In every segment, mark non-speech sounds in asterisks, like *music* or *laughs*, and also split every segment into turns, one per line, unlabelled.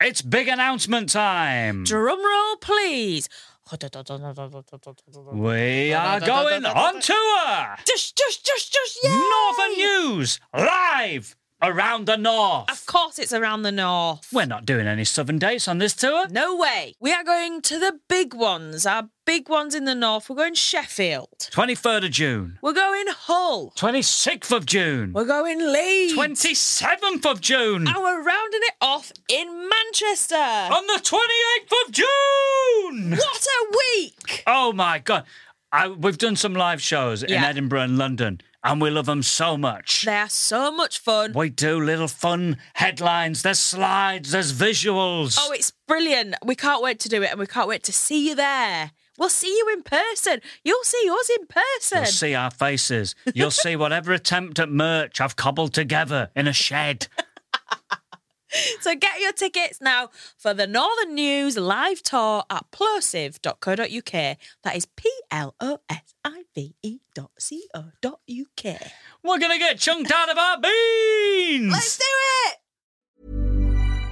It's big announcement time.
Drum roll, please.
We are going on tour.
Just, just, just, just, yeah.
Northern News live around the
Of
north.
course, it's around the north.
We're not doing any southern dates on this tour.
No way. We are going to the big ones, our big ones in the north. We're going Sheffield.
23rd of June,
We're going Hull.
26th of June,
We're going Leeds.
27th of June,
And we're rounding it off in Manchester.
on the 28th of June.
What a week!
Oh my God. I, we've done some live shows in
Yeah.
Edinburgh and London, and we love them so much.
They are so much fun.
We do little fun headlines, there's slides, there's visuals.
Oh, it's brilliant. We can't wait to do it and we can't wait to see you there. We'll see you in person. You'll see us in person.
You'll see our faces. You'll see whatever attempt at merch I've cobbled together in a shed.
So get your tickets now for the Northern News live tour at plosive.co.uk. That is P L O S I V E dot C O dot UK.
We're going to get chunked out of our beans.
Let's do it!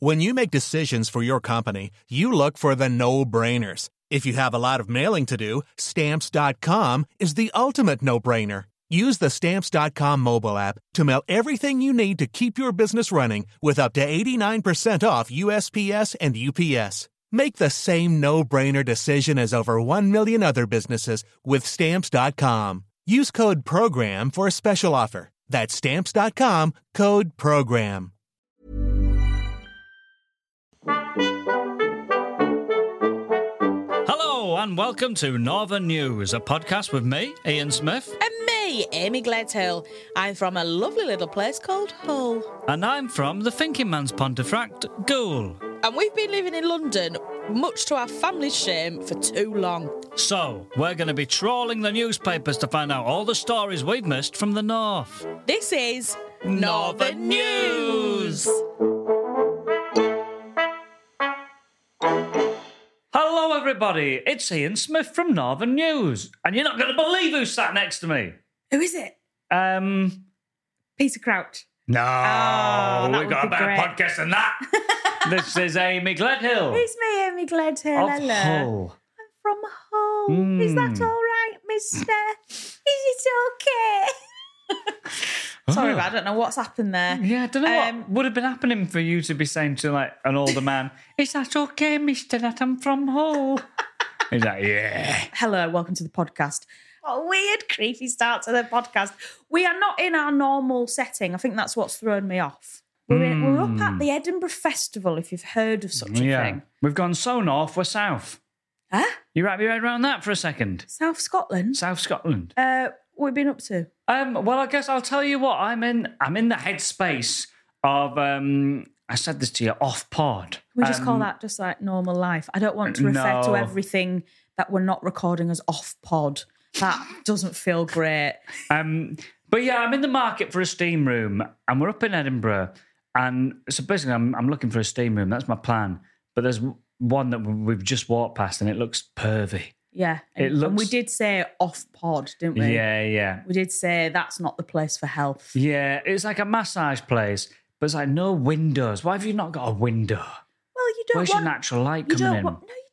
When you make decisions for your company, you look for the no brainers. If you have a lot of mailing to do, stamps.com is the ultimate no brainer. Use the stamps.com mobile app to mail everything you need to keep your business running with up to 89% off USPS and UPS. Make the same no brainer decision as over 1 million other businesses with stamps.com. Use code PROGRAM for a special offer. That's stamps.com code PROGRAM.
Hello, and welcome to Northern News, a podcast with me, Ian Smith,
And me, Amy Gledhill. I'm from a lovely little place called Hull.
and I'm from the Thinking Man's Pontefract, Ghoul.
And we've been living in London, much to our family's shame, for too long.
So, we're going to be trawling the newspapers to find out all the stories we've missed from the north.
This is
Northern News. Hello, everybody. It's Ian Smith from Northern News, and you're not going to believe who sat next to me.
Who is it?
Um,
Peter Crouch.
no,
Oh, that
we've
would
got a
be
better
great.
podcast than
*laughs*
that. this is Amy Gledhill
It's me, Amy Gledhill.
of
Hello.
Hull.
From Hull. Is that
Mm.
Hmm.
all right, mister? Is
*laughs*
it okay? Sorry,
Oh.
but I don't know what's happened there.
Yeah, I don't know
Um,
what would have been happening for you to be saying to like an
*laughs*
older man, "Is that okay, Mister? That I'm from Hull." He's like, "Yeah."
Hello, welcome to the podcast. What a weird, creepy start to the podcast. We are not in our normal setting. I think that's what's thrown me off. We're, in, we're up
Hmm.
at the Edinburgh Festival, if you've heard of such a thing.
We've gone so north, we're south.
Huh?
You wrap your head around that for a second.
South Scotland.
South Scotland.
Uh, what have we been up to?
Um, well, I guess I'll tell you what I'm in. I'm in the headspace of. Um, I said this to you off pod.
Can we just call
Um,
that just like normal life? I don't want to refer
no.
to everything that we're not recording as off pod.
*laughs*
That doesn't feel great.
Um, but yeah, I'm in the market for a steam room, and we're up in Edinburgh, and so basically, I'm, I'm looking for a steam room. That's my plan. But there's w- one that w- we've just walked past, and it looks pervy.
Yeah. And,
It
and we
looks-
did say off pod, didn't we?
Yeah, yeah,
We did say that's not the place for health.
yeah. It's like a massage place, but it's like no windows. Why have you not got a window?
Well, you don't
Where's
want.
your natural light
you
coming
don't
in?
want. No, you don't.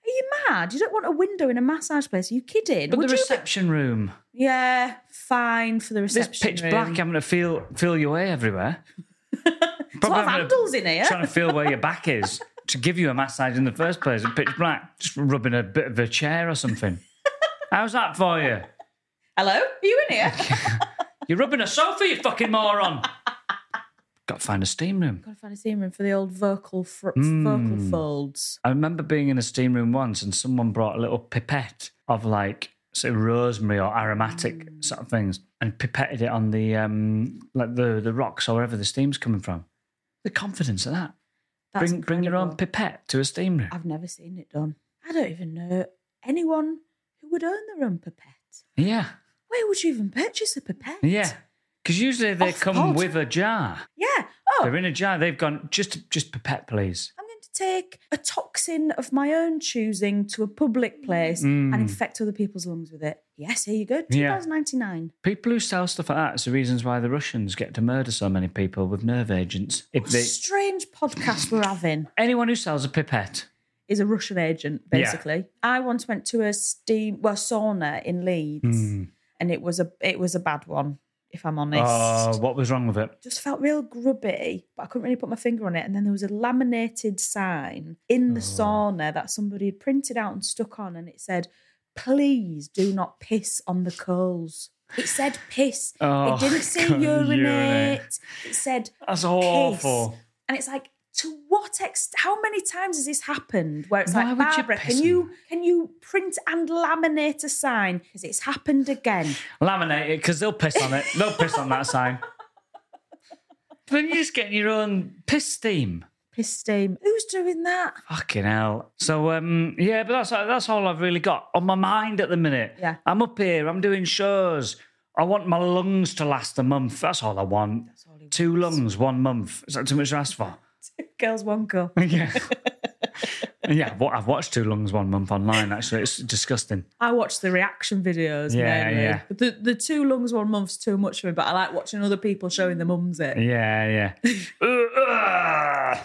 Are you mad? You don't want a window in a massage place? Are you kidding?
but
Would
the
you be-
reception room.
yeah, fine for the reception.
It's pitch
room.
black. Having to feel feel your way everywhere.
There's a lot
having
of
to-
handles in here.
trying to feel where your back is to give you a massage in the first place. It's pitch black, just rubbing a bit of a chair or something. How's that for you?
Hello? Are you in
*laughs*
here? Gotta
You're rubbing a sofa, you fucking moron. Got to find a steam room.
find a steam room for the old vocal fr-
Hmm.
vocal folds.
I remember being in a steam room once and someone brought a little pipette of like sort of rosemary or aromatic sort of things and pipetted it on the um like the the rocks or wherever the steam's coming from. The confidence of that.
That's
bring bring your
incredible.
own pipette to a steam room.
I've never seen it done. I don't even know anyone who would own their own pipette.
yeah.
Where would you even purchase a pipette?
Yeah, because usually they
Off
come
pod.
with a jar.
Yeah. Oh,
They're in a jar. They've gone just just pipette, please.
I'm going to take a toxin of my own choosing to a public place and infect other people's lungs with it. Yes, here you go.
Hmm. Yeah.
2099.
People who sell stuff like that is the reasons why the Russians get to murder so many people with nerve agents. If
What a
they,
strange podcast we're having
anyone who sells a pipette,
is a Russian agent,
Yeah.
basically. I once went to a steam well sauna in Leeds,
Hmm.
and it was a it was a bad one, if I'm honest.
oh, what was wrong with it?
just felt real grubby, but I couldn't really put my finger on it. And then there was a laminated sign in
Oh.
the sauna that somebody had printed out and stuck on, and it said, "Please do not piss on the coals." It said piss.
Oh,
it didn't say
*laughs* God,
urinate.
urinate.
It said
That's
piss.
awful.
And it's like, to what extent? How many times has this happened? Where it's
Why
like,
would you
Barbara,
piss
can you can you print and laminate a sign? Because it's
*sighs*
happened again.
Laminate it because they'll piss on it. They'll piss on that
*laughs*
sign. Then you're just getting your own piss steam.
Piss steam. Who's doing that?
Fucking hell. So um, yeah, but that's that's all I've really got on my mind at the minute.
Yeah.
I'm up here. I'm doing shows. I want my lungs to last a month. That's all I want. Two lungs, one month. Is that too much to ask
*laughs*
for? *laughs*
Girls, one go.
yeah. yeah, wa- I've watched Two Lungs One Month online, actually. It's disgusting.
I watch the reaction videos
Yeah,
mainly.
yeah.
The the two lungs one month's too much for me, but I like watching other people showing their mums it.
Yeah, yeah. Uh,
*laughs*
uh.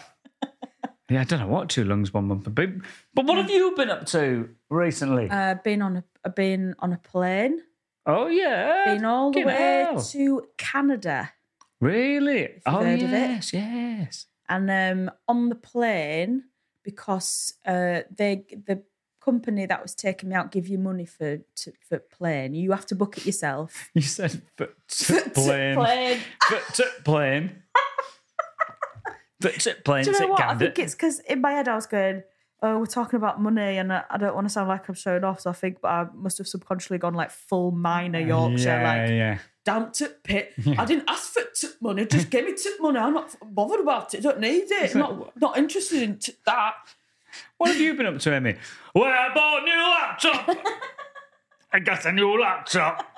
*laughs* yeah, I don't know what Two Lungs One Month would be. But what have you been up to recently?
Uh, been on a uh, been on a plane,
oh, yeah.
been all the
Fucking
way
hell.
to Canada,
Really?
you've
Oh,
heard of it.
yes, yes.
and um, on the plane because uh, they the company that was taking me out give you money for to, for plane. You have to book it yourself.
You said,
*laughs*
but t- *laughs* plane.
Plane.
But t- plane.
*laughs*
But t- plane.
Do you
t-
know what? I
gander.
think it's because in my head I was going, "Oh, we're talking about money," and I, I don't want to sound like I'm showing off. So I think, but I must have subconsciously gone like full minor Yorkshire,
yeah,
like uh,
yeah.
damn
*laughs*
tip pit. I didn't ask for tip money. Just give me tip money. I'm not bothered about it. Don't need it. Not not interested in t- that.
Ah, What have you been up to, Emmy? Well, I bought a new
*laughs*
laptop. I got a new laptop.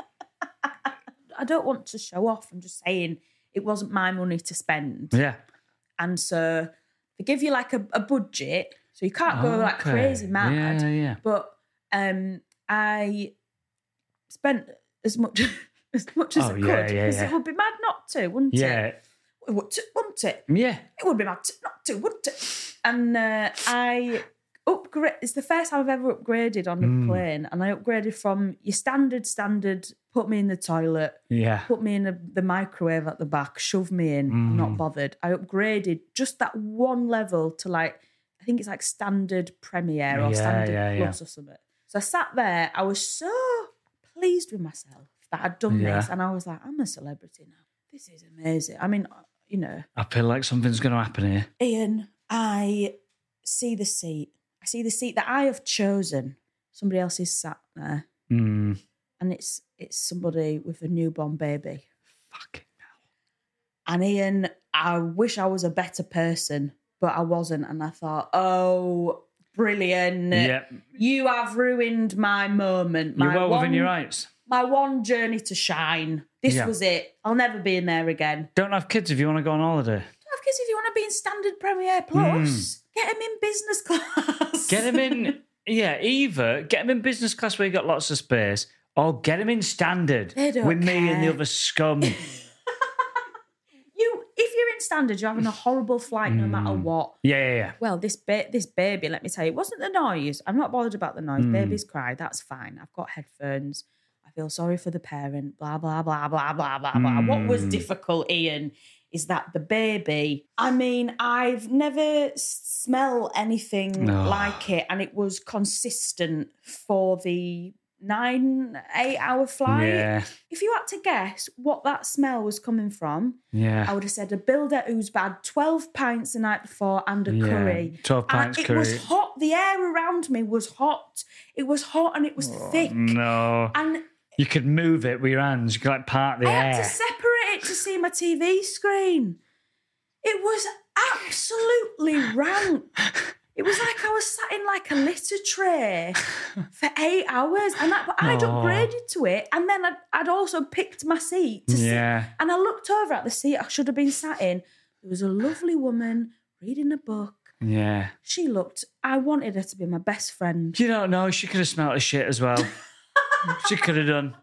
I don't want to show off. I'm just saying it wasn't my money to spend,
*laughs* Yeah.
and so they give you like a, a budget, so you can't go like
Okay.
crazy mad.
Yeah, yeah.
but um, I spent as much *laughs* as much as
Oh,
I could
yeah, yeah,
because
yeah.
it would be mad not to, wouldn't
Yeah.
it? It would, t- wouldn't it?
Yeah.
It would be mad to, not to, wouldn't it? And uh, I upgrade. It's the first time I've ever upgraded on a
Hmm.
plane, and I upgraded from your standard standard. Put me in the toilet.
Yeah.
Put me in a, the microwave at the back. Shove me in. I'm
Mm.
not bothered. I upgraded just that one level to like I think it's like standard premiere or
Yeah,
standard
yeah, yeah.
plus or something. So I sat there. I was so pleased with myself that I'd done
Yeah.
this, and I was like, I'm a celebrity now. This is amazing. I mean, you know,
I feel like something's going to happen here.
Ian, I see the seat. I see the seat that I have chosen. Somebody else is sat there,
Mm.
and it's it's somebody with a newborn baby.
Fuck.
And Ian, I wish I was a better person, but I wasn't. And I thought, oh, brilliant.
Yeah.
You have ruined my moment.
You're
my
well
one-
within your rights.
My one journey to shine. This
Yeah.
was it. I'll never be in there again.
Don't have kids if you want to go on holiday.
Have kids if you want to be in standard Premiere Plus. Get him in business *laughs* class.
Hmm. Get him
*laughs*
in. yeah. Either get him in business class where you got lots of space, or get him in standard
They
with
don't
me and the
care.
other
*laughs*
scum.
You, if you're in standard, you're having a horrible flight no matter
Hmm.
what.
yeah, yeah, yeah.
Well, this ba- this baby, let me tell you, it wasn't the noise. I'm not bothered about the noise.
Hmm.
Babies cry, that's fine. I've got headphones. I feel sorry for the parent. Blah blah blah blah blah blah blah. What
Hmm.
was difficult, Ian, is that the baby. I mean, I've never smelled anything
No.
like it, and it was consistent for the nine eight hour flight.
Yeah.
If you had to guess what that smell was coming from, I
Yeah.
would have said a builder who's had 12 pints the night before and a
Yeah,
curry.
12 pints
and it
curry.
was hot. The air around me was hot. It was hot and it was thick.
Oh, No.
And
You could move it with your hands. You could like part the
I
air.
had to separate it to see my TV screen. It was absolutely rank. It was like I was sat in like a litter tray for eight hours, and that, but I'd
Aw.
upgraded to it, and then I'd, I'd also picked my seat to sit
yeah.
And I looked over at the seat I should have been sat in. There was a lovely woman reading a book.
Yeah.
She looked, I wanted her to be my best friend. *laughs*
You don't know. She could have smelled a shit as well. she could have done.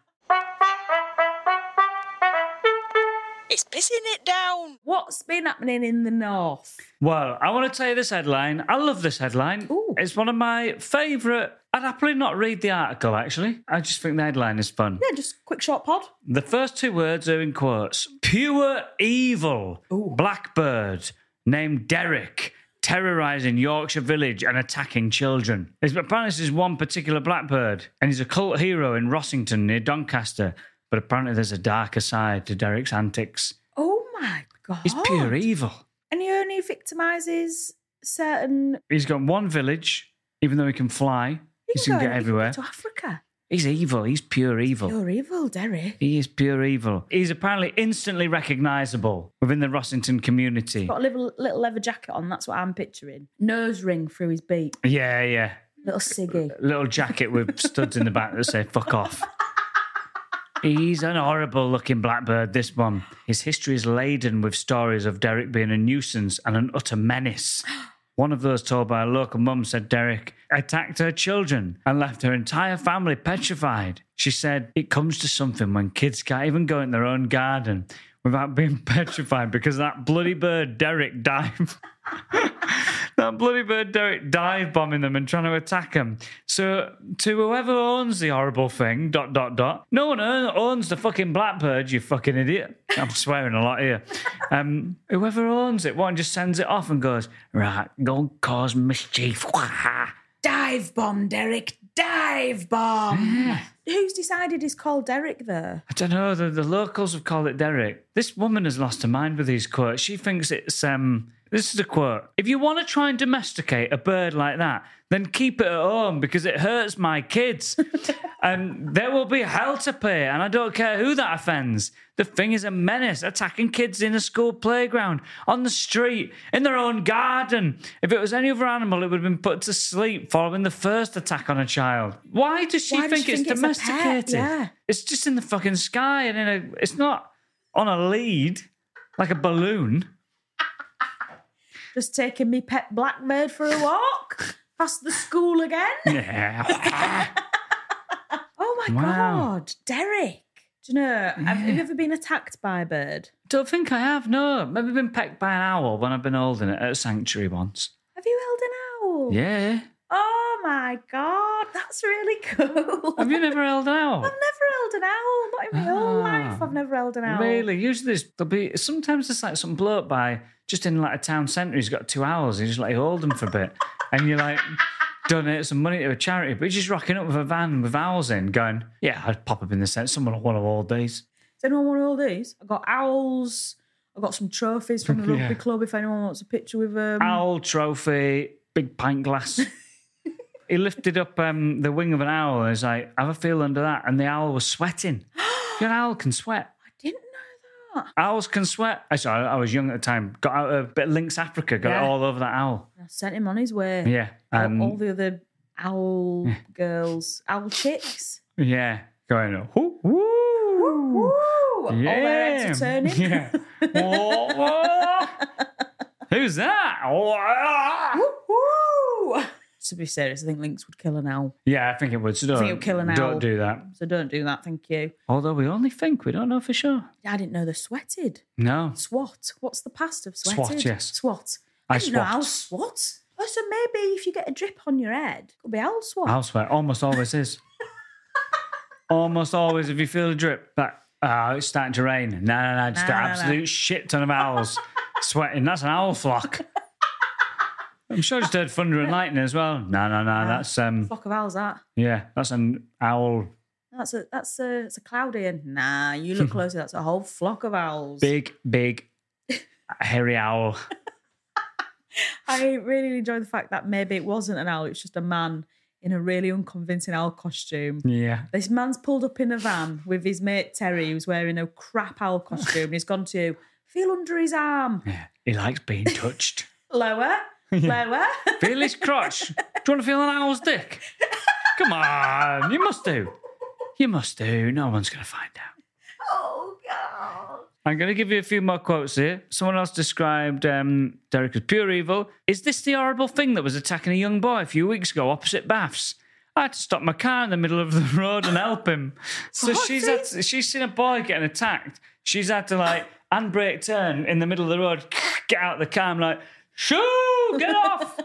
It's pissing it down.
What's been happening in the north?
Well, I want to tell you this headline. I love this headline.
Ooh.
It's one of my favourite. I'd happily not read the article, actually. I just think the headline is fun.
Yeah, just quick short pod.
The first two words are in quotes Pure evil blackbird named Derek terrorizing Yorkshire Village and attacking children. There's, apparently, this is one particular blackbird, and he's a cult hero in Rossington near Doncaster. But apparently, there's a darker side to Derek's antics.
Oh my god!
He's pure evil.
and he only victimizes certain.
He's got one village, even though he can fly, he can
go-
get everywhere. Oh.
To Africa,
He's evil. He's pure evil.
you're evil, Derry.
He is pure evil. He's apparently instantly recognizable within the Rossington community.
Got a little, little leather jacket on. That's what I'm picturing. Nose ring through his beak.
Yeah, yeah.
Little ciggy.
Little jacket with studs in the back that say fuck off. He's an horrible looking blackbird, this one. His history is laden with stories of Derek being a nuisance and an utter menace. One of those told by a local mum said Derek attacked her children and left her entire family petrified. She said, It comes to something when kids can't even go in their own garden without being *laughs* petrified because that bloody bird Derek dive. that bloody bird Derek dive bombing them and trying to attack them. So to whoever owns the horrible thing, dot dot dot. No one own- owns the fucking blackbird, you fucking idiot. I'm swearing a lot here. Um, whoever owns it, one just sends it off and goes, right, go and cause mischief. *laughs*
Dive bomb, Derek. Dive bomb. Who's decided he's called Derek there?
I don't know. The, the locals have called it Derek. This woman has lost her mind with these quotes. She thinks it's um. This is a quote. If you want to try and domesticate a bird like that, then keep it at home because it hurts my
*laughs*
kids. and there will be hell to pay. And I don't care who that offends. The thing is a menace, attacking kids in a school playground, on the street, in their own garden. If it was any other animal, it would have been put to sleep following the first attack on a child. Why does she
Why does
think
she
it's
think it's a pet?
domesticated?
Yeah.
It's just in the fucking sky and in a. It's not on a lead like a balloon.
Just taking me pet blackbird for a walk past the school again.
Yeah.
Oh my
Wow.
god, Derek! Do you know? Have, have you ever been attacked by a bird?
Don't think I have. No, maybe been pecked by an owl when I've been holding it at a sanctuary once.
Have you held an owl?
Yeah.
Oh my god, that's really cool.
Have you never held an owl?
*laughs* I've never held an owl. Not in my whole
Ah.
life. I've never held an owl.
Really? Usually there's, there'll be sometimes it's like some bloke by just in like a town centre. He's got two hours. He's just like hold them for a bit, and you're like donate some money to a charity. But he's just rocking up with a van with owls in, going, yeah, I'd pop up in the centre. Someone will want to hold these.
Does anyone want all these? I've got owls. I've got some trophies from
*laughs*
the
Yeah.
rugby club. If anyone wants a picture with um, them,
Owl trophy, big pint *laughs* glass. he lifted up um, the wing of an owl and was like, have a feel under that, and the owl was *gasps* sweating. Your owl can sweat.
I didn't know that.
Owls can sweat. I saw. I was young at the time. Got out of bit of Lynx Africa. Got
Yeah.
it all over that owl.
I sent him on his way.
Yeah.
All-
Um,
all, the other owl girls, owl chicks.
Yeah, going whoo, woo, Oh,
Woo!
yeah.
All their heads are turning.
*laughs* Yeah. Whoa, whoa. Who's that? Oh, ah. Whoa.
Woo! To be serious, I think Lynx would kill an owl.
Yeah, I think it would. So don't,
it'll kill an
don't
owl.
do that.
So don't do that, thank you.
Although we only think, we don't know for sure.
I didn't know they sweated.
No.
SWAT. What's the past of sweated?
Swat, yes.
SWAT.
I
didn't know
swat.
owl SWAT. Oh, so maybe if you get a drip on your head, it'll be owl SWAT.
I'll swear, almost always
*laughs*
is. almost always, if you feel a drip, that, oh, it's starting to rain. No, no, no, just
No,
an
no, no.
absolute shit ton of
*laughs*
owls sweating. That's an owl flock. I'm sure I just heard thunder and lightning as well. No, no, no, that's um,
Flock of owls, that.
Yeah, that's an owl,
That's a that's a it's a cloud in. Nah,
*laughs*
you look closer. That's a whole flock of owls.
big, big, hairy owl.
I really enjoy the fact that maybe it wasn't an owl. It's just a man in a really unconvincing owl costume.
Yeah,
This man's pulled up in a van with his mate Terry, who's wearing a crap owl costume, and he's gone to feel under his arm,
yeah. He likes being touched. *laughs*
lower, lower.
feel his crotch. Do you want to feel an owl's dick? Come on, you must do. You must do. No one's going to find out.
*laughs* oh god!
I'm going to give you a few more quotes here. Someone else described um, Derek as pure evil. Is this the horrible thing that was attacking a young boy a few weeks ago opposite Baths? I had to stop my car in the middle of the *laughs* road and help him. So
What?
she's had to- she's seen a boy getting attacked. She's had to like handbrake turn in the middle of the road, *laughs* get out of the car. I'm like, shoo, get off.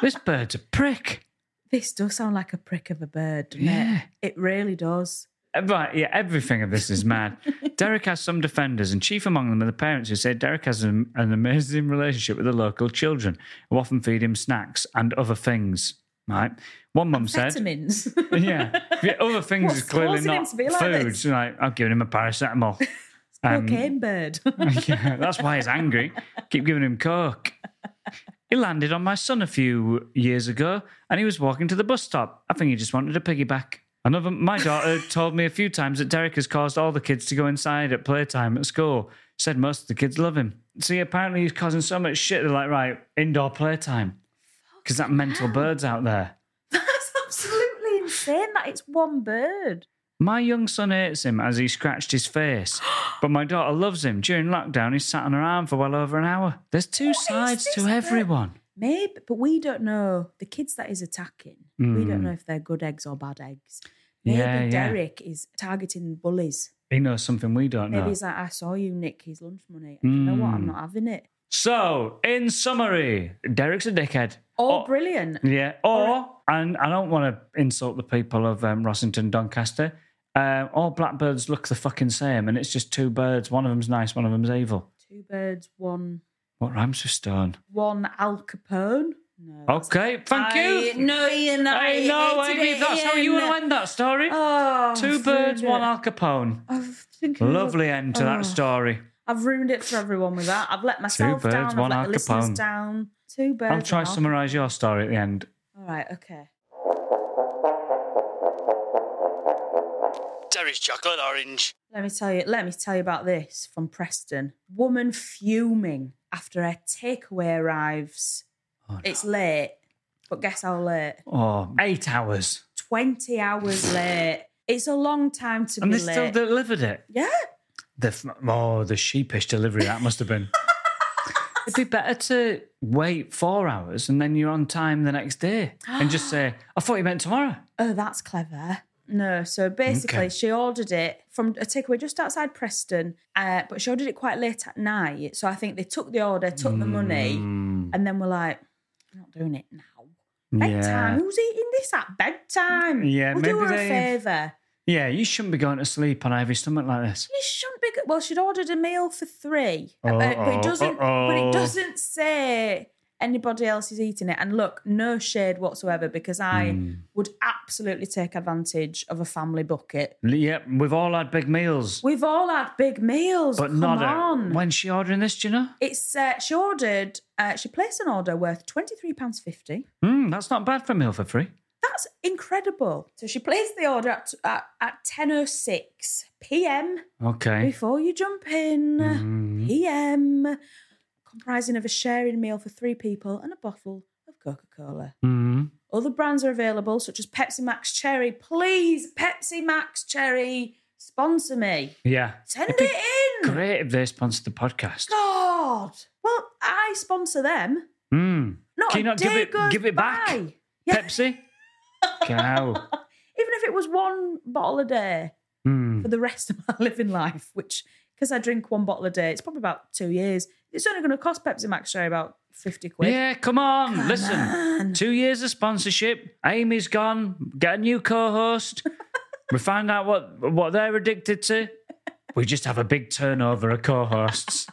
this bird's a prick.
This does sound like a prick of a bird, doesn't
Yeah.
it? It really does.
Uh, Right, yeah, everything of this is
*laughs*
mad. Derek has some defenders, and chief among them are the parents who say Derek has an, an amazing relationship with the local children, who often feed him snacks and other things. Right, one mum said,
Vitamins. *laughs*
"Yeah, yeah, other things
What's
is clearly
causing him
not
to be like
food."
this?
So, Like, I've given him a paracetamol. Um,
Cocaine bird. *laughs*
*laughs* yeah, that's why he's angry. Keep giving him coke. He landed on my son a few years ago and he was walking to the bus stop. I think he just wanted a piggyback. Another, my daughter told me a few times that Derek has caused all the kids to go inside at playtime at school. Said most of the kids love him. See, apparently he's causing so much shit. They're like, right, indoor playtime. Because that mental bird's out there.
That's absolutely insane that it's one bird.
My young son hates him as he scratched his
*gasps*
face, but my daughter loves him. During lockdown, he sat on her arm for well over an hour. There's two sides
this
to
bit?
everyone.
Maybe, but we don't know. The kids that he's attacking, we don't know if they're good eggs or bad eggs. Maybe
Hmm. Yeah, yeah.
Derek is targeting bullies.
He knows something we don't
Maybe
know.
he's like, I saw you nick his lunch money. And You know what?
Hmm.
I'm not having it.
So, in summary, Derek's a dickhead.
Oh, brilliant.
Yeah. Or, and I don't want to insult the people of um, Rossington, Doncaster. Um, all blackbirds look the fucking same, and it's just two birds. One of them's nice, one of them's evil.
Two birds, one
What rhymes with stone?
one Al Capone. No. that's-
Okay, thank
I
you.
know you're not.
I know,
hated
Amy.
it,
That's how you
Ian.
want to end that story.
Oh,
Two
I've
birds,
ruined
one
it.
Al Capone.
I've thinking-
Lovely end to
Oh,
that story.
I've ruined it for everyone with that. I've let myself
birds,
down.
one
I've let
Al
the listeners
Capone.
down. Two birds.
I'll try
one Al-
summarise your story at the end.
All right. Okay.
Terry's chocolate orange.
Let me tell you. Let me tell you about this from Preston. Woman fuming after her takeaway arrives. It's late, but guess how late?
Oh, eight hours. *laughs*
Twenty hours late. It's a long time to
And
be
they
late.
still delivered it.
yeah.
The f- oh, the sheepish delivery that must have
*laughs*
been. It'd be better to wait four hours and then you're on time the next day and just say,
*gasps*
"I thought you meant tomorrow."
Oh, that's clever. No, so basically,
Okay.
she ordered it from a takeaway just outside Preston, uh, but she ordered it quite late at night. So I think they took the order, took the money, and then were like, "We're not doing it now. Bedtime.
Yeah,
Who's eating this at bedtime?
Yeah,
we'll do
maybe
her a
they've-
favour.
yeah. You shouldn't be going to sleep on a heavy stomach like this.
You shouldn't be. go- Well, she'd ordered a meal for three, uh, but
Uh-oh,
it doesn't. But
Oh, uh-oh.
it doesn't say anybody else is eating it. And look, no shade whatsoever, because I
Hmm.
would absolutely take advantage of a family bucket.
L- Yep, we've all had big meals,
We've all had big meals,
but
come
not
on.
a, when's she ordering this. Do you know?
it's uh, she ordered. Uh, she placed an order worth twenty three pounds fifty.
Mm, that's not bad for a meal for free.
That's incredible. So she placed the order at at, at ten oh six p.m.
Okay. Mm-hmm.
Before you jump in, PM, comprising of a sharing meal for three people and a bottle of Coca Cola.
Mm.
Other brands are available, such as Pepsi Max Cherry. Please, Pepsi Max Cherry, sponsor me.
Yeah.
Send
It'd be
it in.
Great if they sponsored the podcast.
God. Well, I sponsor them.
Mm.
Not
Can you
a
not give
day
it-
goes
give it back?
by. Yeah, *laughs*
Pepsi. Cow.
even if it was one bottle a day
Mm.
for the rest of my *laughs* living life, which because I drink one bottle a day, it's probably about two years. It's only going to cost Pepsi Max Cherry about fifty quid.
Yeah, come on. Listen, two years of sponsorship. Amy's gone. Get a new co-host.
*laughs*
we find out what what they're addicted to. We just have a big turnover of co-hosts.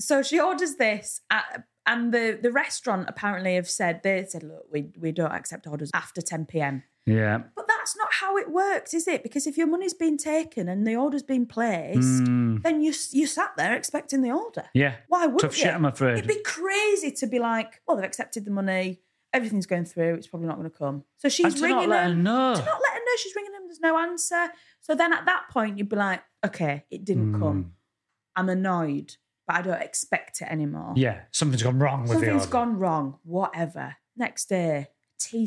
So she orders this, at, and the the restaurant apparently have said they said, look, we we don't accept orders after ten p.m.
yeah.
But that's not how it works, is it? Because if your money's been taken and the order's been placed, then you s- you sat there expecting the order.
Yeah.
Why would
Tough
you?
shit, I'm afraid.
It'd be crazy to be like, well, they've accepted the money. Everything's going through. It's probably not going to come. So she's
And to
ringing
not let her
them.
know.
To not let her know she's ringing them. There's no answer. So then at that point, you'd be like, okay, it didn't
Hmm.
come. I'm annoyed, but I don't expect it anymore.
Yeah. Something's gone wrong with the
Something's
order.
gone wrong. Whatever. Next day, tea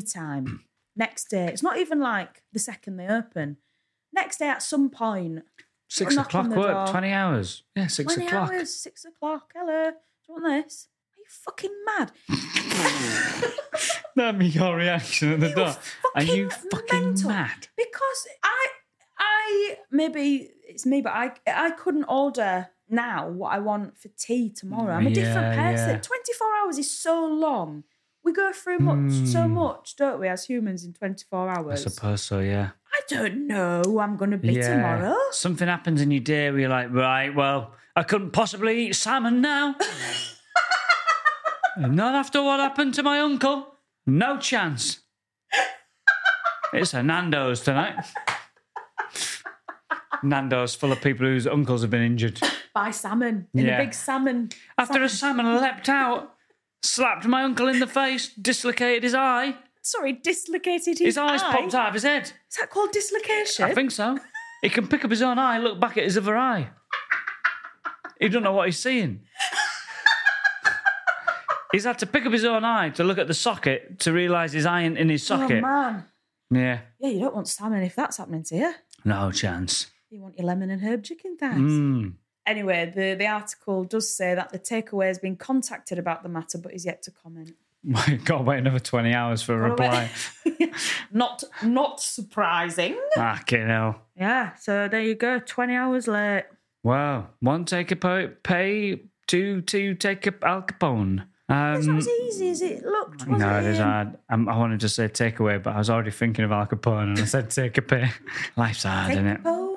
*clears throat*
time. Next day, it's not even like the second they open. Next day, at some point,
Six
knock
o'clock
on the
work.
door.
Twenty hours. Yeah, six
20
o'clock.
hours, six o'clock. Hello. Do you want this? Are you fucking mad?
That'd be your reaction at the door. Are you fucking
mental.
mad?
Because I, I maybe it's me, but I, I couldn't order now what I want for tea tomorrow. I'm a different
Yeah,
person.
yeah.
Twenty four hours is so long. We go through much, so much, don't we, as humans in twenty four
Hmm. I
hours?
suppose so, yeah.
I don't know who I'm going to be tomorrow.
Something happens in your day where you're like, right, well, I couldn't possibly eat salmon
*laughs*
now. Not after what happened to my uncle. No chance. it's a Nando's tonight. Nando's full of people whose uncles have been injured.
Buy salmon in
Yeah.
a big salmon.
After a salmon leapt out, slapped my uncle in the face, dislocated his eye.
Sorry, dislocated his,
His eyes
eye.
popped out of his head.
Is that called dislocation?
I think so. He can pick up his own eye, look back at his other eye. He don't know what he's seeing. He's had to pick up his own eye to look at the socket to realise his eye ain't in his
oh
socket.
man,
yeah,
yeah, you don't want salmon if that's happening to you.
no chance.
You want your lemon and herb chicken thighs.
Mm.
Anyway, the, the article does say that the takeaway has been contacted about the matter but is yet to comment.
My *laughs* God, wait another 20 hours for a
*laughs*
reply.
not not surprising.
Fucking hell.
Yeah, so there you go, 20 hours late.
Wow. One take a po- pay, two, two take a Al Capone.
It's
Um,
not as easy as it looked, was
No,
it?
it is
Ian?
hard. Um, I wanted to say takeaway, but I was already thinking of Al Capone and I said take a pay. *laughs* Life's hard,
Take
isn't
a
it?
bone,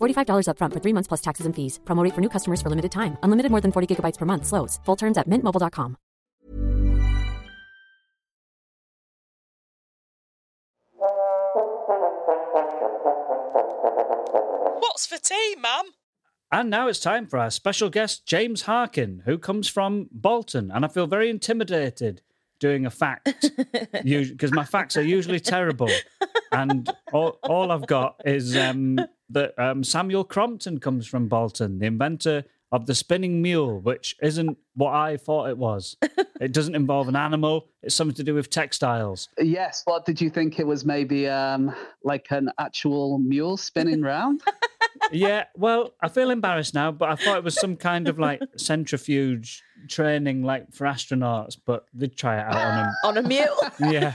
$45 upfront for three months plus taxes and fees. Promo rate for new customers for limited time. Unlimited more than 40 gigabytes per month. Slows. Full terms at mintmobile.com.
What's for tea, mum?
And now it's time for our special guest, James Harkin, who comes from Bolton. And I feel very intimidated doing a fact *laughs* because my facts are usually terrible. And all, all I've got is um, that um, Samuel Crompton comes from Bolton, the inventor of the spinning mule, which isn't what I thought it was. It doesn't involve an animal, it's something to do with textiles.
Yes. What did you think it was? Maybe um, like an actual mule spinning round?
Yeah, well, I feel embarrassed now, but I thought it was some kind of like *laughs* centrifuge training, like for astronauts, but they try it out on
On a mule?
them. Yeah.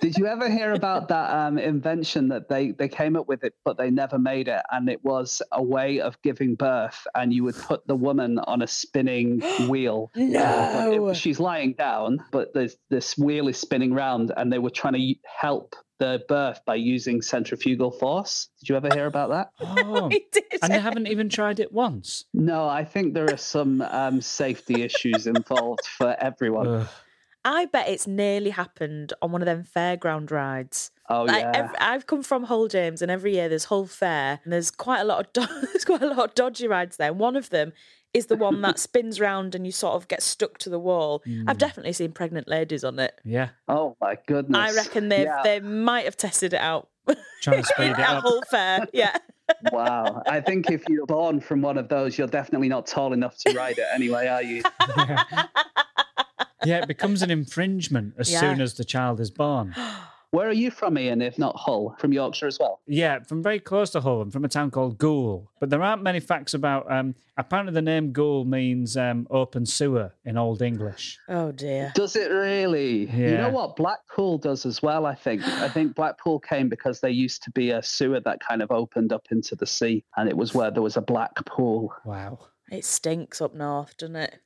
did you ever hear about that um, invention that they they came up with it, but they never made it, and it was a way of giving birth, and you would put the woman on a spinning wheel. Uh, but
*laughs*
it-
*laughs* No.
she's lying down, but this this wheel is spinning round, and they were trying to help the birth by using centrifugal force. Did you ever hear about that?
Oh.
*laughs* He did.
And they haven't even tried it once.
No, I think there are some um, safety issues involved for everyone.
Ugh.
I bet it's nearly happened on one of them fairground rides.
oh
like
yeah.
ev- I've come from Hull, James, and every year there's Hull Fair, and there's quite a lot of do- *laughs* there's quite a lot of dodgy rides there. And one of them is the one that *laughs* spins round and you sort of get stuck to the wall. I've
Hmm.
definitely seen pregnant ladies on it.
Yeah.
oh my goodness.
I reckon they
Yeah,
have they might have tested it out
Trying to
*laughs*
speed
at
it up.
Hull Fair. Yeah,
wow. I think if you're born from one of those, you're definitely not tall enough to ride it anyway, are you?
Yeah, it becomes an infringement as
Yeah.
soon as the child is born.
Where are you from, Ian, if not Hull? From Yorkshire as well?
Yeah, from very close to Hull. I'm from a town called Goole. But there aren't many facts about. Um, apparently, the name Goole means um, open sewer in Old English.
Oh dear.
Does it really? You
Yeah.
know what Blackpool does as well, I think. I think Blackpool came because there used to be a sewer that kind of opened up into the sea, and it was where there was a black pool.
Wow.
It stinks up north, doesn't *laughs* it?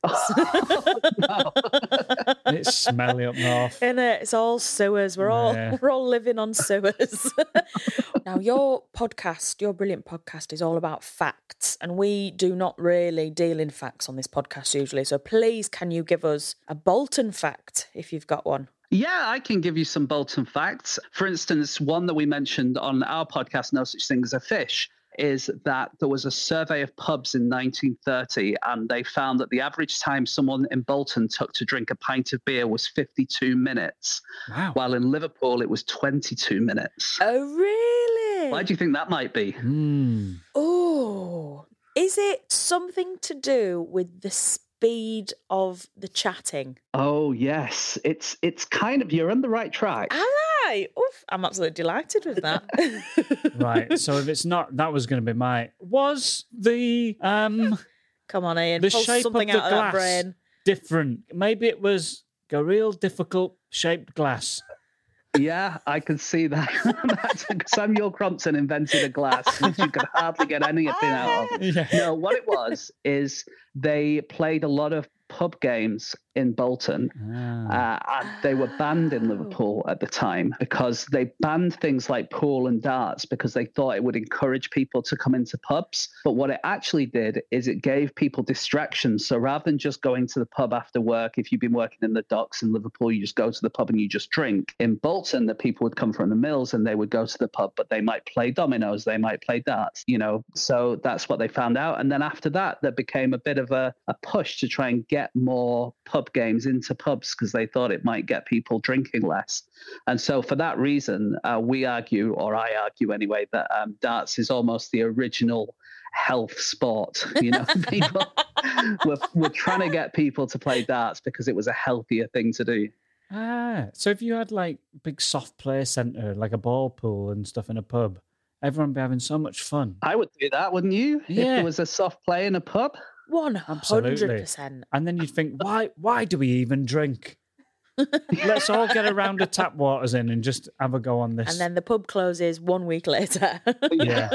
It's smelly up north.
In it, it's all sewers. We're all
Yeah.
we're all living on sewers. *laughs* now, your podcast, your brilliant podcast, is all about facts, and we do not really deal in facts on this podcast usually. So, please, can you give us a Bolton fact if you've got one?
Yeah, I can give you some Bolton facts. For instance, one that we mentioned on our podcast, No Such Thing as a Fish, is that there was a survey of pubs in 1930, and they found that the average time someone in Bolton took to drink a pint of beer was 52 minutes,
Wow.
while in Liverpool it was 22 minutes.
Oh, really?
Why do you think that might be?
Hmm.
Oh, is it something to do with the speed of the chatting?
Oh yes, it's it's kind of you're on the right track.
Aye, oof, I'm absolutely delighted with that.
Right. So if it's not, that was going to be my. Was the um
*laughs* Come on, Ian,
the
pull
shape of the
something out of that
glass
brain.
different? Maybe it was a real difficult shaped glass.
Yeah, I can see that. *laughs* That's- Samuel Crompton invented a glass which you could hardly get anything out of.
Yeah.
No, what it was is they played a lot of pub games in Bolton.
Ah.
Uh, and they were banned in
Oh.
Liverpool at the time because they banned things like pool and darts because they thought it would encourage people to come into pubs. But what it actually did is it gave people distractions. So rather than just going to the pub after work, if you've been working in the docks in Liverpool, you just go to the pub and you just drink. In Bolton, the people would come from the mills and they would go to the pub, but they might play dominoes, they might play darts, you know. So that's what they found out. And then after that, there became a bit of a, a push to try and get more pub games into pubs because they thought it might get people drinking less. And so for that reason, uh, we argue, or I argue anyway, that um, darts is almost the original health sport. *laughs* You know, people were, were trying to get people to play darts because it was a healthier thing to do.
ah. So if you had like big soft play centre, like a ball pool and stuff in a pub, everyone would be having so much fun.
I would do that, wouldn't you? If
Yeah.
there was a soft play in a pub.
One hundred
Absolutely.
percent.
And then you'd think, why? Why do we even drink? Let's all get a round of tap waters in and just have a go on this.
And then the pub closes one week *laughs* later.
*laughs*
Yeah.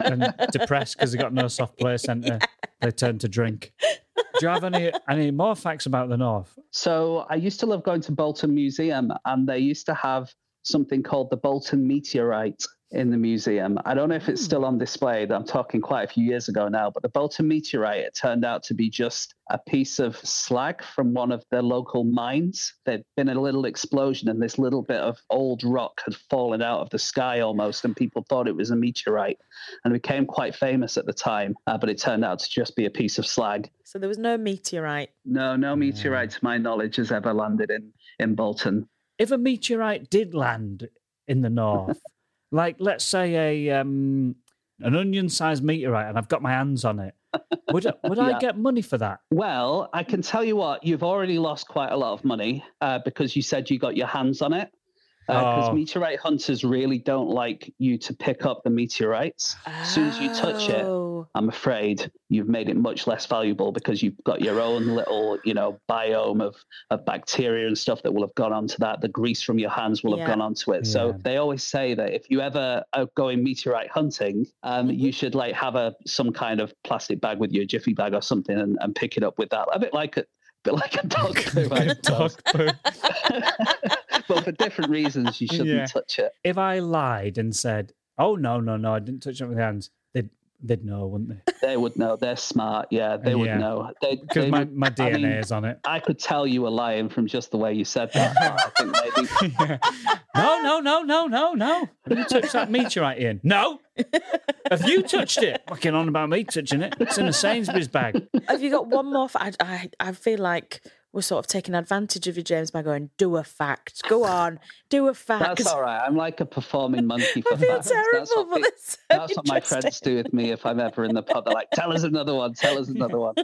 and depressed because they got no soft play centre. They turn to drink. Do you have any any more facts about the North?
So I used to love going to Bolton Museum, and they used to have something called the Bolton meteorite in the museum. I don't know if it's still on display. I'm talking quite a few years ago now, but the Bolton meteorite it turned out to be just a piece of slag from one of the local mines. There'd been a little explosion, and this little bit of old rock had fallen out of the sky almost, and people thought it was a meteorite, and it became quite famous at the time. Uh, but it turned out to just be a piece of slag.
so there was no meteorite.
No, no meteorite to my knowledge has ever landed in in Bolton.
If a meteorite did land in the
*laughs*
North, like let's say a um, an onion sized meteorite, and I've got my hands on it, would I- would I
Yeah.
get money for
*laughs*
that?
Well, I can tell you what, you've already lost quite a lot of money uh, because you said you got your hands on it. Because
Oh.
meteorite hunters really don't like you to pick up the meteorites. As soon as you touch it,
Oh.
I'm afraid you've made it much less valuable because you've got your own little, you know, biome of, of bacteria and stuff that will have gone onto that. The grease from your hands will
Yeah.
have gone onto it. So
Yeah.
they always say that if you ever are going meteorite hunting, um,
Mm-hmm.
you should like have a some kind of plastic bag with you, a jiffy bag or something, and, and pick it up with that. A bit like a bit like
*laughs*
a dog, poo,
*laughs*
I suppose.
Dog poo.
*laughs* but for different reasons, you shouldn't
Yeah.
touch it.
if I lied and said, "Oh no, no, no, I didn't touch it with my hands," they'd they'd know, wouldn't they?
They would know. They're smart. Yeah, they would
Yeah.
know. They,
Because
they
my,
would-
my
I
DNA
mean,
is on it.
I could tell you were lying from just the way you said that. I
*laughs*
think maybe.
No, no, no, no, no, no. Have you touched that meteorite, Ian? No. Have you touched it? Fucking on about me touching it. It's in a Sainsbury's bag.
Have you got one more? Fa- I, I I feel like we're sort of taking advantage of you, James, by going do a fact. Go on, do a fact.
That's all right. I'm like a performing monkey
*laughs*
for
I feel
facts. *laughs* That's
terrible, but
what, pe-
it's *laughs* so
that's what my
interesting.
friends do with me if I'm ever in the pub. They're like, tell us another one, tell us another one.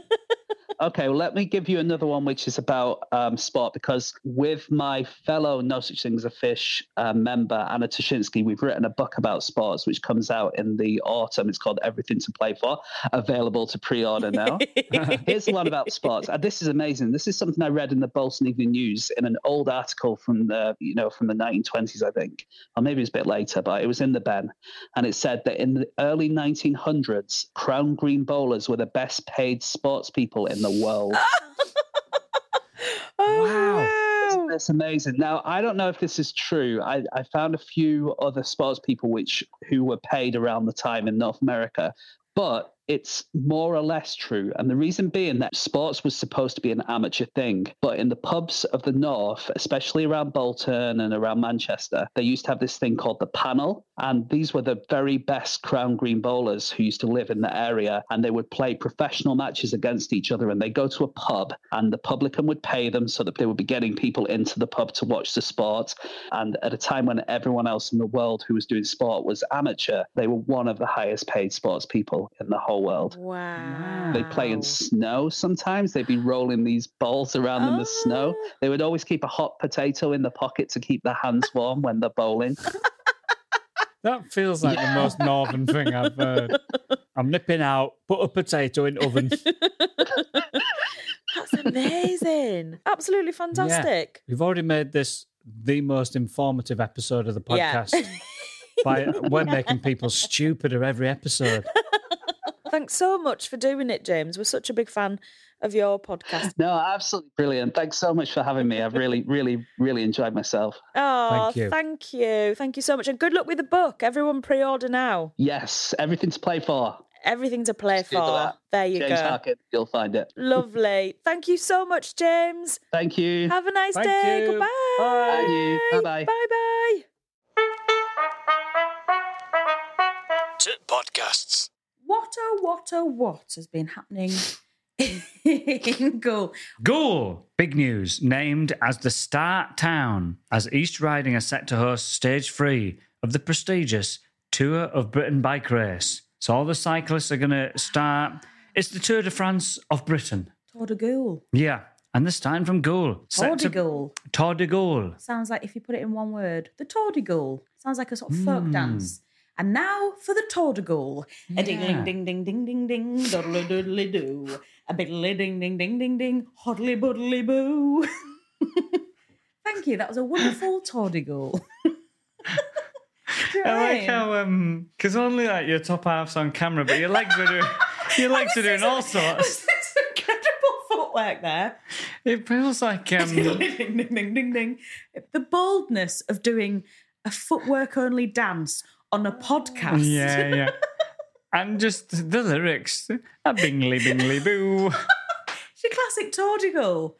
Okay, well, let me give you another one, which is about um, sport, because with my fellow No Such Thing as a Fish uh, member, Anna Tushinsky, we've written a book about sports, which comes out in the autumn. It's called Everything to Play For, available to pre order now. *laughs* Here's the one about sports. And this is amazing. This is something I read in the Bolton Evening News in an old article from the, you know, from the 1920s, I think, or maybe it was a bit later, but it was in the Ben. And it said that in the early 1900s, Crown Green bowlers were the best paid sports people in the world.
Oh,
That's- That's amazing. Now, I don't know if this is true. I, I found a few other sports people which who were paid around the time in North America, but it's more or less true. And the reason being that sports was supposed to be an amateur thing, but in the pubs of the North, especially around Bolton and around Manchester, they used to have this thing called the panel. And these were the very best crown green bowlers who used to live in the area. And they would play professional matches against each other. And they go to a pub, and the publican would pay them so that they would be getting people into the pub to watch the sport. And at a time when everyone else in the world who was doing sport was amateur, they were one of the highest paid sports people in the whole world.
wow.
They play in snow sometimes. They'd be rolling these balls around in the snow.
Oh.
They would always keep a hot potato in the pocket to keep their hands warm when they're bowling.
That feels like the most northern thing I've heard. I'm nipping out, put a potato in oven.
That's amazing. Absolutely fantastic.
We've already made this the most informative episode of the
Yeah.
podcast. By we're making people stupider every episode.
Thanks so much for doing it, James. We're such a big fan of your podcast.
No, absolutely brilliant. Thanks so much for having me. I've really, really, really enjoyed myself.
Oh,
Thank you.
thank you. Thank you so much. And good luck with the book. Everyone pre order now.
Yes, everything to play for.
Everything to play
Just Google
for.
that.
There you
James
go.
Harkin, you'll find it.
Lovely. Thank you so much,
*laughs*
James.
Thank you.
Have a nice
Thank
day.
you.
Goodbye.
Bye.
Thank you. Bye-bye.
Bye bye.
Tit podcasts.
What oh what oh what has been happening *laughs* in Gaul?
Gore! Big news. Named as the start town, as East Riding is set to host stage three of the prestigious Tour of Britain bike race. So all the cyclists are going to start. It's the Tour de France of Britain.
Tour de Gaul.
Yeah. And they're starting from Gaul. Set
Tour de
to-
Gaul.
Tour de Gaulle.
Sounds like if you put it in one word, the Tour de Gaul. Sounds like a sort of
Hmm.
folk dance. And now for the Tour de Gaul. A ding
Yeah.
ding ding ding ding ding ding doodly doodly doo. A biddly ding ding ding ding ding hoddly buddly boo. Thank you. That was a wonderful Tour de Gaul. Do you know what
I like
mean? *laughs*
how um, because only like your top half's on camera, but your legs are doing, your legs are doing all sorts.
*laughs* This is incredible footwork there.
It feels like um,
*laughs* ding, ding, ding, ding, ding. The boldness of doing a footwork only dance on a podcast.
yeah,
*laughs*
yeah, and just the lyrics, a bingly bingly boo.
It's your classic Tordigal.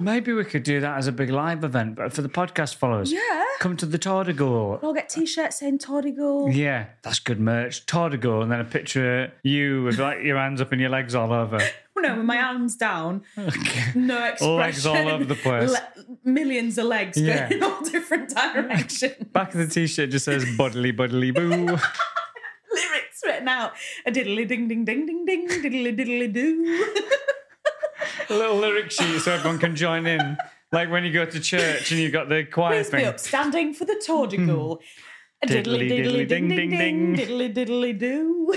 Maybe we could do that as a big live event, but for the podcast followers,
Yeah.
come to the Tour de Gaulle.
I'll get t shirts
*laughs*
saying Tordigal.
Yeah, that's good merch. Tour de Gaulle, and then a picture of you with like your hands up and your legs all over. *laughs*
No, with my arms down.
Okay.
No expression.
Legs all over the place.
Le- millions of legs
Yeah.
going in all
*laughs*
different directions.
Back of the t-shirt just says "buddly buddly boo."
Lyrics written out. A diddly ding ding ding ding ding, diddly
*laughs*
diddly doo.
A little lyric sheet so everyone can join in. Like when you go to church and you've got the choir
Please be
thing.
up standing for the
Hmm.
Tordigal. A diddly diddly ding ding ding, diddly diddly doo.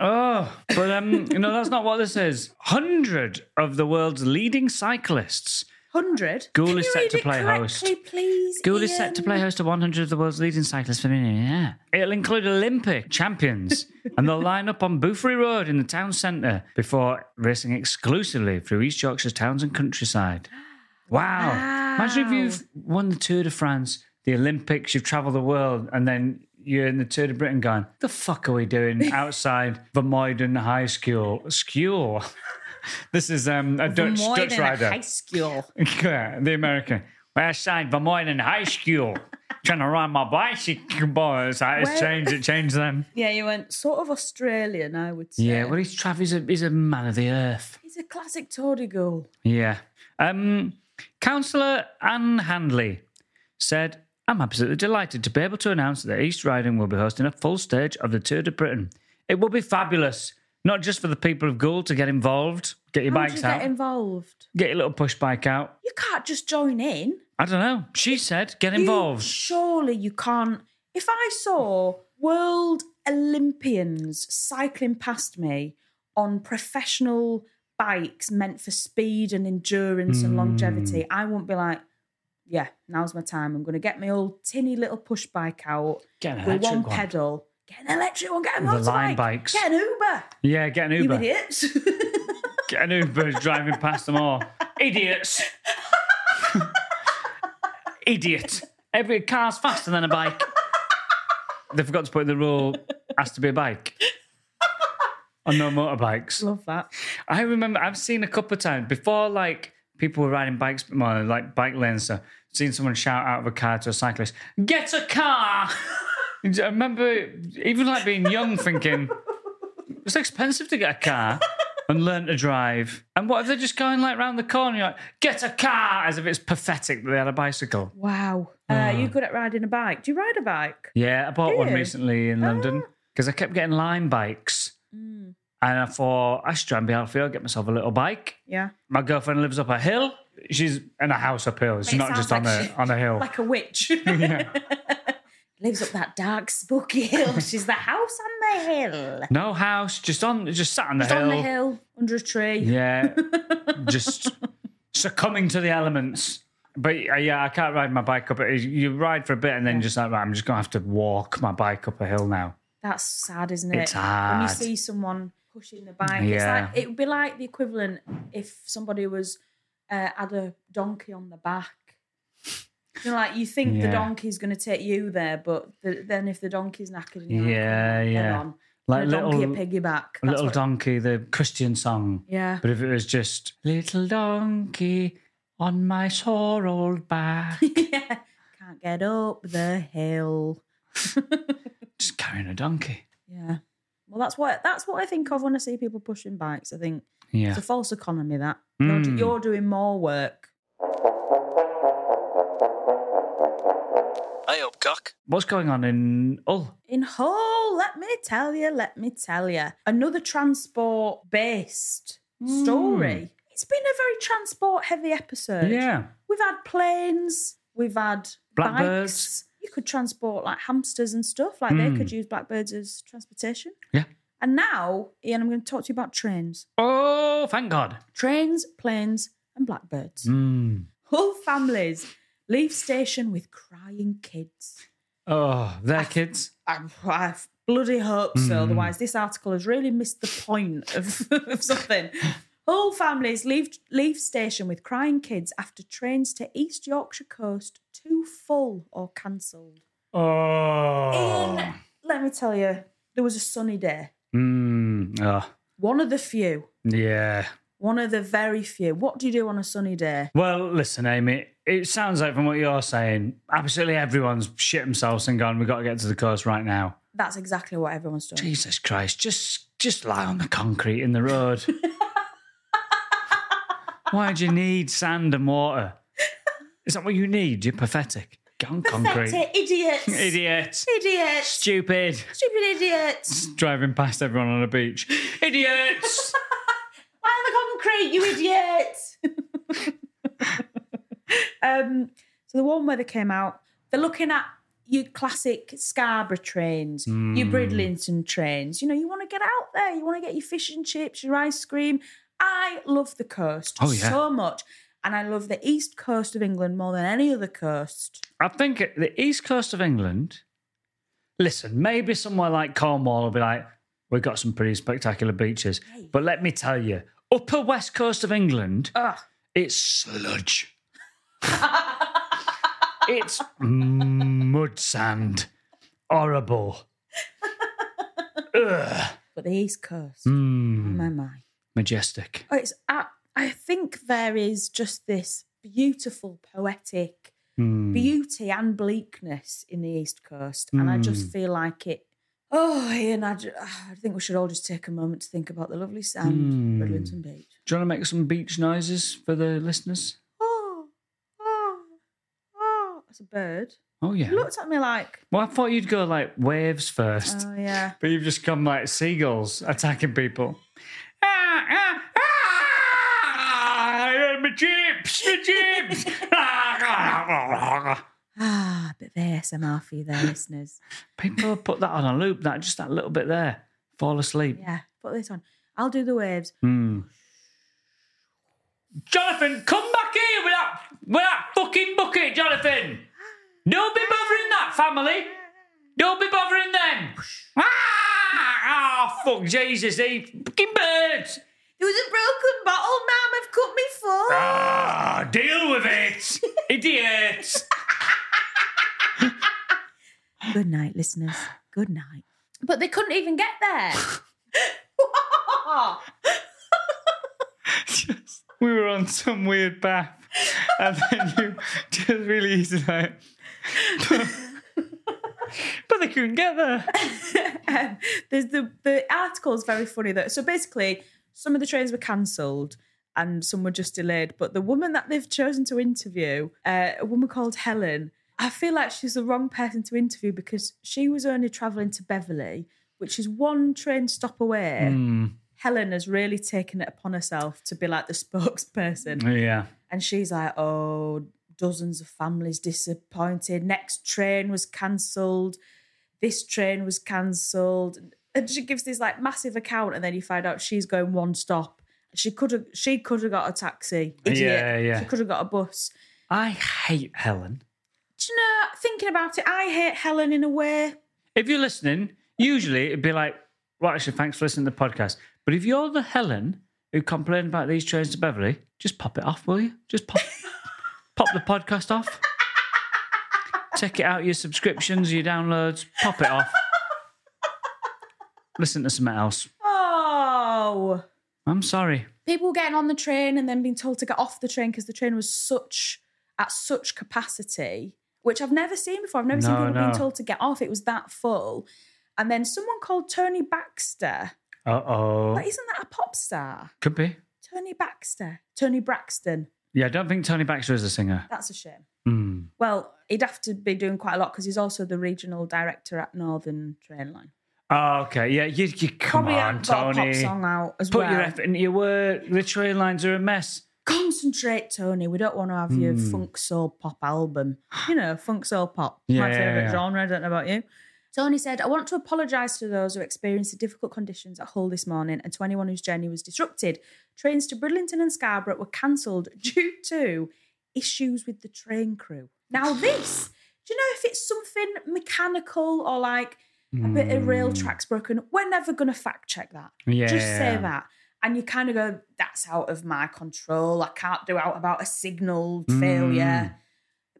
Oh, but um, no, that's not what this is. Hundred of the world's leading cyclists.
100.
Gould
Can
is
you
set
read
to
it
play host.
correctly, Please,
Gould is set to
Ian?
play host to 100 of the world's leading cyclists for minute. Yeah, it'll include Olympic champions, and they'll line up on Boothry Road in the town centre before racing exclusively through East Yorkshire's towns and
*gasps*
countryside. Wow! Imagine if you've won the Tour de France, the Olympics, you've travelled the world, and then you're in the Tour de Britain going, "The fuck are we
*laughs*
doing outside Vermoiden High School?" School. *laughs* This is um, a Dutch
More
Dutch
than a
rider.
high school.
Yeah, *laughs* the American. Well, I signed Vermoiden High *laughs* School. Trying to ride my bicycle, boys. I just
Well-
changed it, changed them.
Yeah, you went sort of Australian, I would
*laughs*
say.
Yeah, well, he's Trav. He's a, he's a man of the earth.
He's a classic Tordigal.
Yeah. Um, Councillor Anne Handley said, I'm absolutely delighted to be able to announce that East Riding will be hosting a full stage of the Tour de Britain. It will be fabulous. Not just for the people of Gould to get involved, get your
How do
bikes
you
out,
get involved?
get your little push bike out.
You can't just join in.
I don't know. She said, get
You-
involved.
surely you can't. If I saw world Olympians cycling past me on professional bikes meant for speed and endurance and longevity,
Hmm.
I wouldn't be like, yeah, now's my time. I'm going to get my old tinny little push bike out
Get an
with
electric
one,
one.
pedal. Get an electric one. Get a
The
motorbike.
line bikes.
Get an Uber.
yeah, get an Uber.
You idiots. *laughs*
Get an Uber who's driving past them all. Idiots. Idiot. Every car's faster than a bike. They forgot to put in the rule has to be a bike. Or no motorbikes.
Love that.
I remember I've seen a couple of times before, like people were riding bikes, but more like bike lanes. So seen someone shout out of a car to a cyclist, "Get a car!" *laughs* I remember even like being young, thinking it's expensive to get a car and learn to drive. And what if they're just going like round the corner? You're like, "Get a car!" as if it's pathetic that they had a bicycle.
Wow. Uh, you good at riding a bike? Do you ride a bike?
Yeah, I bought one
you?
recently
Ah.
in London because I kept getting Lime bikes,
Mm.
and I thought I should try and be healthy. I'll get myself a little bike.
Yeah.
My girlfriend lives up a hill. She's in a house uphill. She's
It
not
sounds
just on
like
a
she-
on a hill.
*laughs* Like a witch.
Oh. *laughs* Yeah.
Lives up that dark,
*laughs*
spooky hill. She's the house on the hill.
No house, just on, just sat on the,
She's
hill.
on the hill, under a tree. *laughs*
Yeah, just succumbing to the elements. But uh, yeah, I can't ride my bike up. it. You ride for a bit, and then just like right, I'm just gonna have to walk my bike up a hill now.
That's sad, isn't it?
It's
When you
hard.
see someone pushing the bike,
Yeah.
it's like, it would be like the equivalent if somebody was uh, had a donkey on the back. You know, like you think the
Yeah.
donkey's going to take you there, but the, then if the donkey's knackered, and you're like,
Yeah,
"Come on, head
yeah.
on."
Like
And a donkey,
little-
a piggyback. That's
Little
what-
donkey, the Christian song.
Yeah.
But if it was just little donkey on my sore old back,
yeah. *laughs* Can't get up the hill. *laughs*
just carrying a donkey.
Yeah. Well, that's what that's what I think of when I see people pushing bikes. I think
Yeah.
it's a false economy. That you're, do-
Mm.
you're doing more work.
Hey up, cock.
What's going on in Hull?
In Hull, let me tell you, let me tell you, another transport-based story. It's been a very transport-heavy episode.
Hmm. Yeah.
we've had planes, we've had
Blackbirds.
bikes. You could transport like hamsters and stuff. Like
Mm.
they could use blackbirds as transportation.
Yeah.
And now, Ian, I'm going to talk to you about trains,
Oh, thank God.
trains, planes, and blackbirds.
Mm.
Whole families leave station with crying kids.
Oh, their kids.
I, I bloody hope
Mm.
so. Otherwise, this article has really missed the point of, *laughs* of something. Whole families leave leave station with crying kids after trains to East Yorkshire coast too full or cancelled.
Oh.
In let me tell you, there was a sunny day.
Mm. Oh,
One of the few.
yeah.
One of the very few. What do you do on a sunny day?
Well, listen, Amy, it sounds like from what you're saying, absolutely everyone's shit themselves and gone, we've got to get to the coast right now.
That's exactly what everyone's doing.
Jesus Christ, just just lie on the concrete in the road. Why do you need sand and water? Is that what you need? You're pathetic. Get on concrete.
Pathetic
*laughs*
idiots.
Idiot.
Idiots.
Stupid.
Stupid idiots.
Driving past everyone on a beach. Idiots.
Lie on the concrete, you idiot.
*laughs*
um, so the warm weather came out. They're looking at your classic Scarborough trains, your
Hmm.
Bridlington trains. You know, you want to get out there. You want to get your fish and chips, your ice cream. I love the coast
Oh, yeah.
so much. And I love the east coast of England more than any other coast.
I think at the east coast of England, listen, maybe somewhere like Cornwall will be like, we've got some pretty spectacular beaches. But let me tell you, upper west coast of England,
Ugh.
it's sludge. *laughs* it's mud sand. Horrible. Ugh.
But the east coast, Oh,
Mm,
my my.
majestic.
Oh, It's I, I think there is just this beautiful poetic
Mm.
beauty and bleakness in the east coast, and I
Mm.
just feel like it. Oh, Ian, I, ju- I think we should all just take a moment to think about the lovely sand,
Mm.
Bridlington Beach.
Do you want to make some beach noises for the listeners?
Oh, oh, oh! That's a bird.
Oh yeah.
He looked at me like,
Well, I thought you'd go like waves first,
oh yeah.
but you've just come like seagulls attacking people. Ah, ah, ah, my chips, my chips.
Ah, but the ASMR for you there, listeners.
people put that on a loop. That just that little bit there, fall asleep.
Yeah, put this on. I'll do the waves.
Hmm. Jonathan, come back here with that with that fucking bucket, Jonathan. Don't be bothering that family. Don't be bothering them. Ah, oh, fuck Jesus, they fucking birds.
It was a broken bottle, ma'am. I've
Ah,
cut me foot.
deal with it, *laughs* idiots.
Good night, listeners. Good night. But they couldn't even get there. What?
just, we were on some weird bath, and then you *laughs* just really easy like. But they couldn't get there.
*laughs* um, there's the the article's very funny though. So basically, some of the trains were cancelled and some were just delayed. But the woman that they've chosen to interview, uh, a woman called Helen, I feel like she's the wrong person to interview because she was only travelling to Beverley, which is one train stop away.
Hmm.
Helen has really taken it upon herself to be like the *laughs* spokesperson.
Yeah.
And she's like, oh, dozens of families disappointed. Next train was cancelled. This train was cancelled. And she gives this like massive account, and then you find out she's going one stop. She could have she could have got a taxi. Idiot.
Yeah, yeah.
She could have got a bus.
I hate Helen.
Do you know, thinking about it, I hate Helen in a way.
If you're listening, usually it'd be like, well, actually, thanks for listening to the podcast. But if you're the Helen who complained about these trains to Beverly, just pop it off, will you? Just pop, *laughs* pop the podcast off. Take it out your subscriptions, your downloads, pop it off. Listen to something else.
Oh.
I'm sorry.
people getting on the train and then being told to get off the train because the train was such at such capacity, which I've never seen before. I've never seen
No,
people
no.
being told to get off. It was that full. And then someone called Tony Baxter.
Uh oh.
But isn't that a pop star?
Could be.
Tony Baxter. Tony Braxton.
Yeah, I don't think Tony Baxter is a singer.
That's a shame.
Hmm.
Well, he'd have to be doing quite a lot because he's also the regional director at Northern Train Line.
Oh, okay. Yeah, you, you come
Probably
on,
haven't got a
Tony.
pop song out as
Put
well.
your effort into your work. The train lines are a mess.
Concentrate, Tony. We don't want to have your
Hmm.
funk soul pop album. You know, funk soul pop.
Yeah,
My
yeah,
favourite
yeah.
genre. I don't know about you. Tony said, I want to apologise to those who experienced the difficult conditions at Hull this morning and to anyone whose journey was disrupted. Trains to Bridlington and Scarborough were cancelled *laughs* due to issues with the train crew. Now, this, do you know if it's something mechanical or like a bit of
Hmm.
rail tracks broken, we're never going to fact check that. Just
Mm.
say
Yeah.
that. And you kind of go, that's out of my control. I can't do out about a signal
Mm.
failure.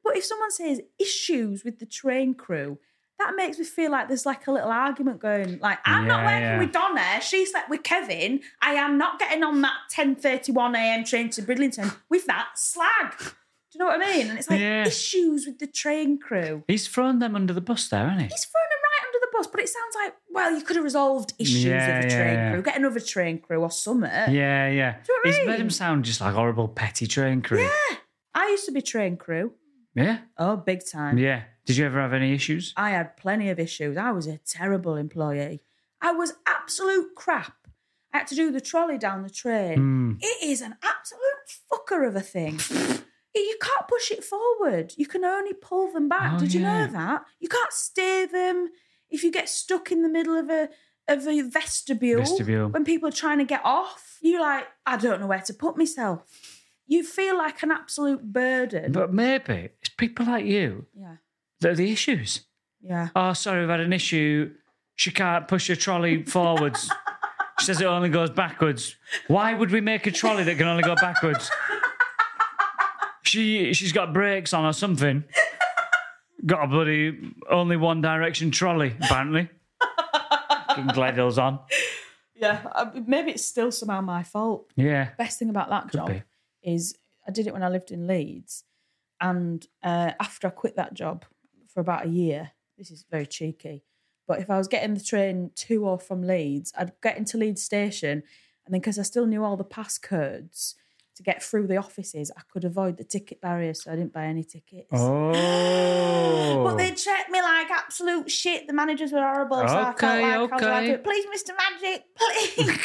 But if someone says issues with the train crew, that makes me feel like there's like a little argument going. Like I'm not
Yeah,
working
yeah.
with Donna. She slept with Kevin. I am not getting on that 10:31 a.m. train to Bridlington with that slag. Do you know what I mean? And it's like
Yeah.
issues with the train crew.
He's thrown them under the bus there, isn't he?
He's thrown them right under the bus, but it sounds like well, you could have resolved issues
Yeah,
with the
yeah,
train
yeah.
crew. Get another train crew or something.
Yeah, yeah.
Do you know what I
He's made
mean?
him sound just like horrible petty train crew.
Yeah. I used to be train crew.
Yeah.
Oh, big time.
Yeah. Did you ever have any issues?
I had plenty of issues. I was a terrible employee. I was absolute crap. I had to do the trolley down the train.
Mm.
It is an absolute fucker of a thing. you can't push it forward. You can only pull them back.
Oh,
Did you
yeah.
know that? You can't steer them. If you get stuck in the middle of a of a vestibule,
Vestibule.
when people are trying to get off, you're like, I don't know where to put myself. You feel like an absolute burden.
But maybe it's people like you
yeah.
that are the issues.
Yeah.
Oh, sorry, we've had an issue. She can't push her trolley forwards. she says it only goes backwards. Why would we make a trolley that can only go backwards? She she's got brakes on or something. Got a bloody only one direction trolley, apparently. Getting glad those on.
Yeah. Uh, Maybe it's still somehow my fault.
Yeah.
best thing about that
Could
job
be.
is I did it when I lived in Leeds, and uh, after I quit that job for about a year, this is very cheeky, but if I was getting the train to or from Leeds, I'd get into Leeds station, and then because I still knew all the passcodes, to get through the offices, I could avoid the ticket barrier, so I didn't buy any tickets.
Oh.
But they treat me like absolute shit. The managers were horrible. so I felt
Okay,
like I was like,
okay.
please, Mr. Magic, *laughs* please,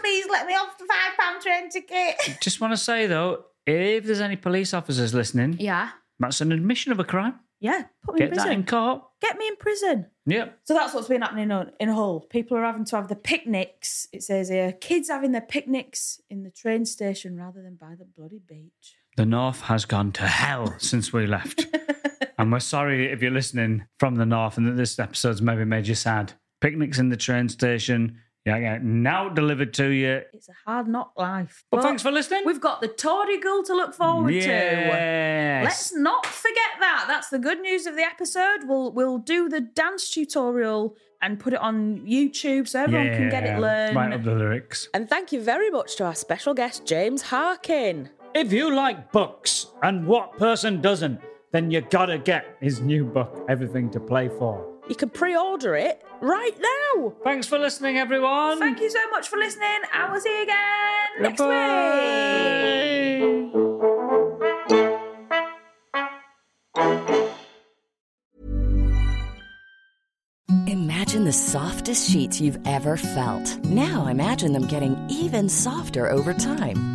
please let me off the five pound train ticket.
Just want to say though, if there's any police officers listening,
Yeah.
that's an admission of a crime.
Yeah. Put me
Get
in
that
prison.
in court.
Get me in prison.
Yep.
So that's what's been happening on, in Hull. People are having to have the picnics. It says here, kids having their picnics in the train station rather than by the bloody beach.
The North has gone to hell since we
*laughs*
left. and we're sorry if you're listening from the North and that this episode's maybe made you sad. Picnics in the train station. Yeah, yeah. Now delivered to you.
It's a hard knock life.
But thanks for listening.
We've got the Tory Girl to look forward to.
Yes.
Let's not forget that. That's the good news of the episode. We'll we'll do the dance tutorial and put it on YouTube so everyone can get
Yeah. um,
it learned.
Write up the lyrics.
And thank you very much to our special guest, James Harkin.
If you like books, and what person doesn't, then you gotta get his new book, Everything to Play For.
You can pre order it right now.
Thanks for listening, everyone.
Thank you so much for listening. I will see you again next week.
Goodbye.
Imagine the softest sheets you've ever felt. Now imagine them getting even softer over time.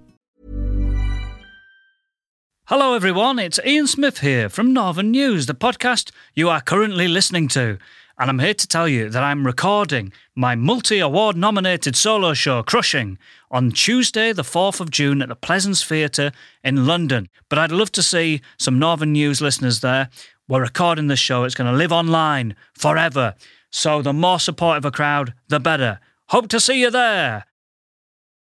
Hello, everyone. It's Ian Smith here from Northern News, the podcast you are currently listening to. And I'm here to tell you that I'm recording my multi award nominated solo show, Crushing, on Tuesday, the 4th of June at the Pleasance Theatre in London. But I'd love to see some Northern News listeners there. We're recording this show, it's going to live online forever. So the more supportive a crowd, the better. Hope to see you there.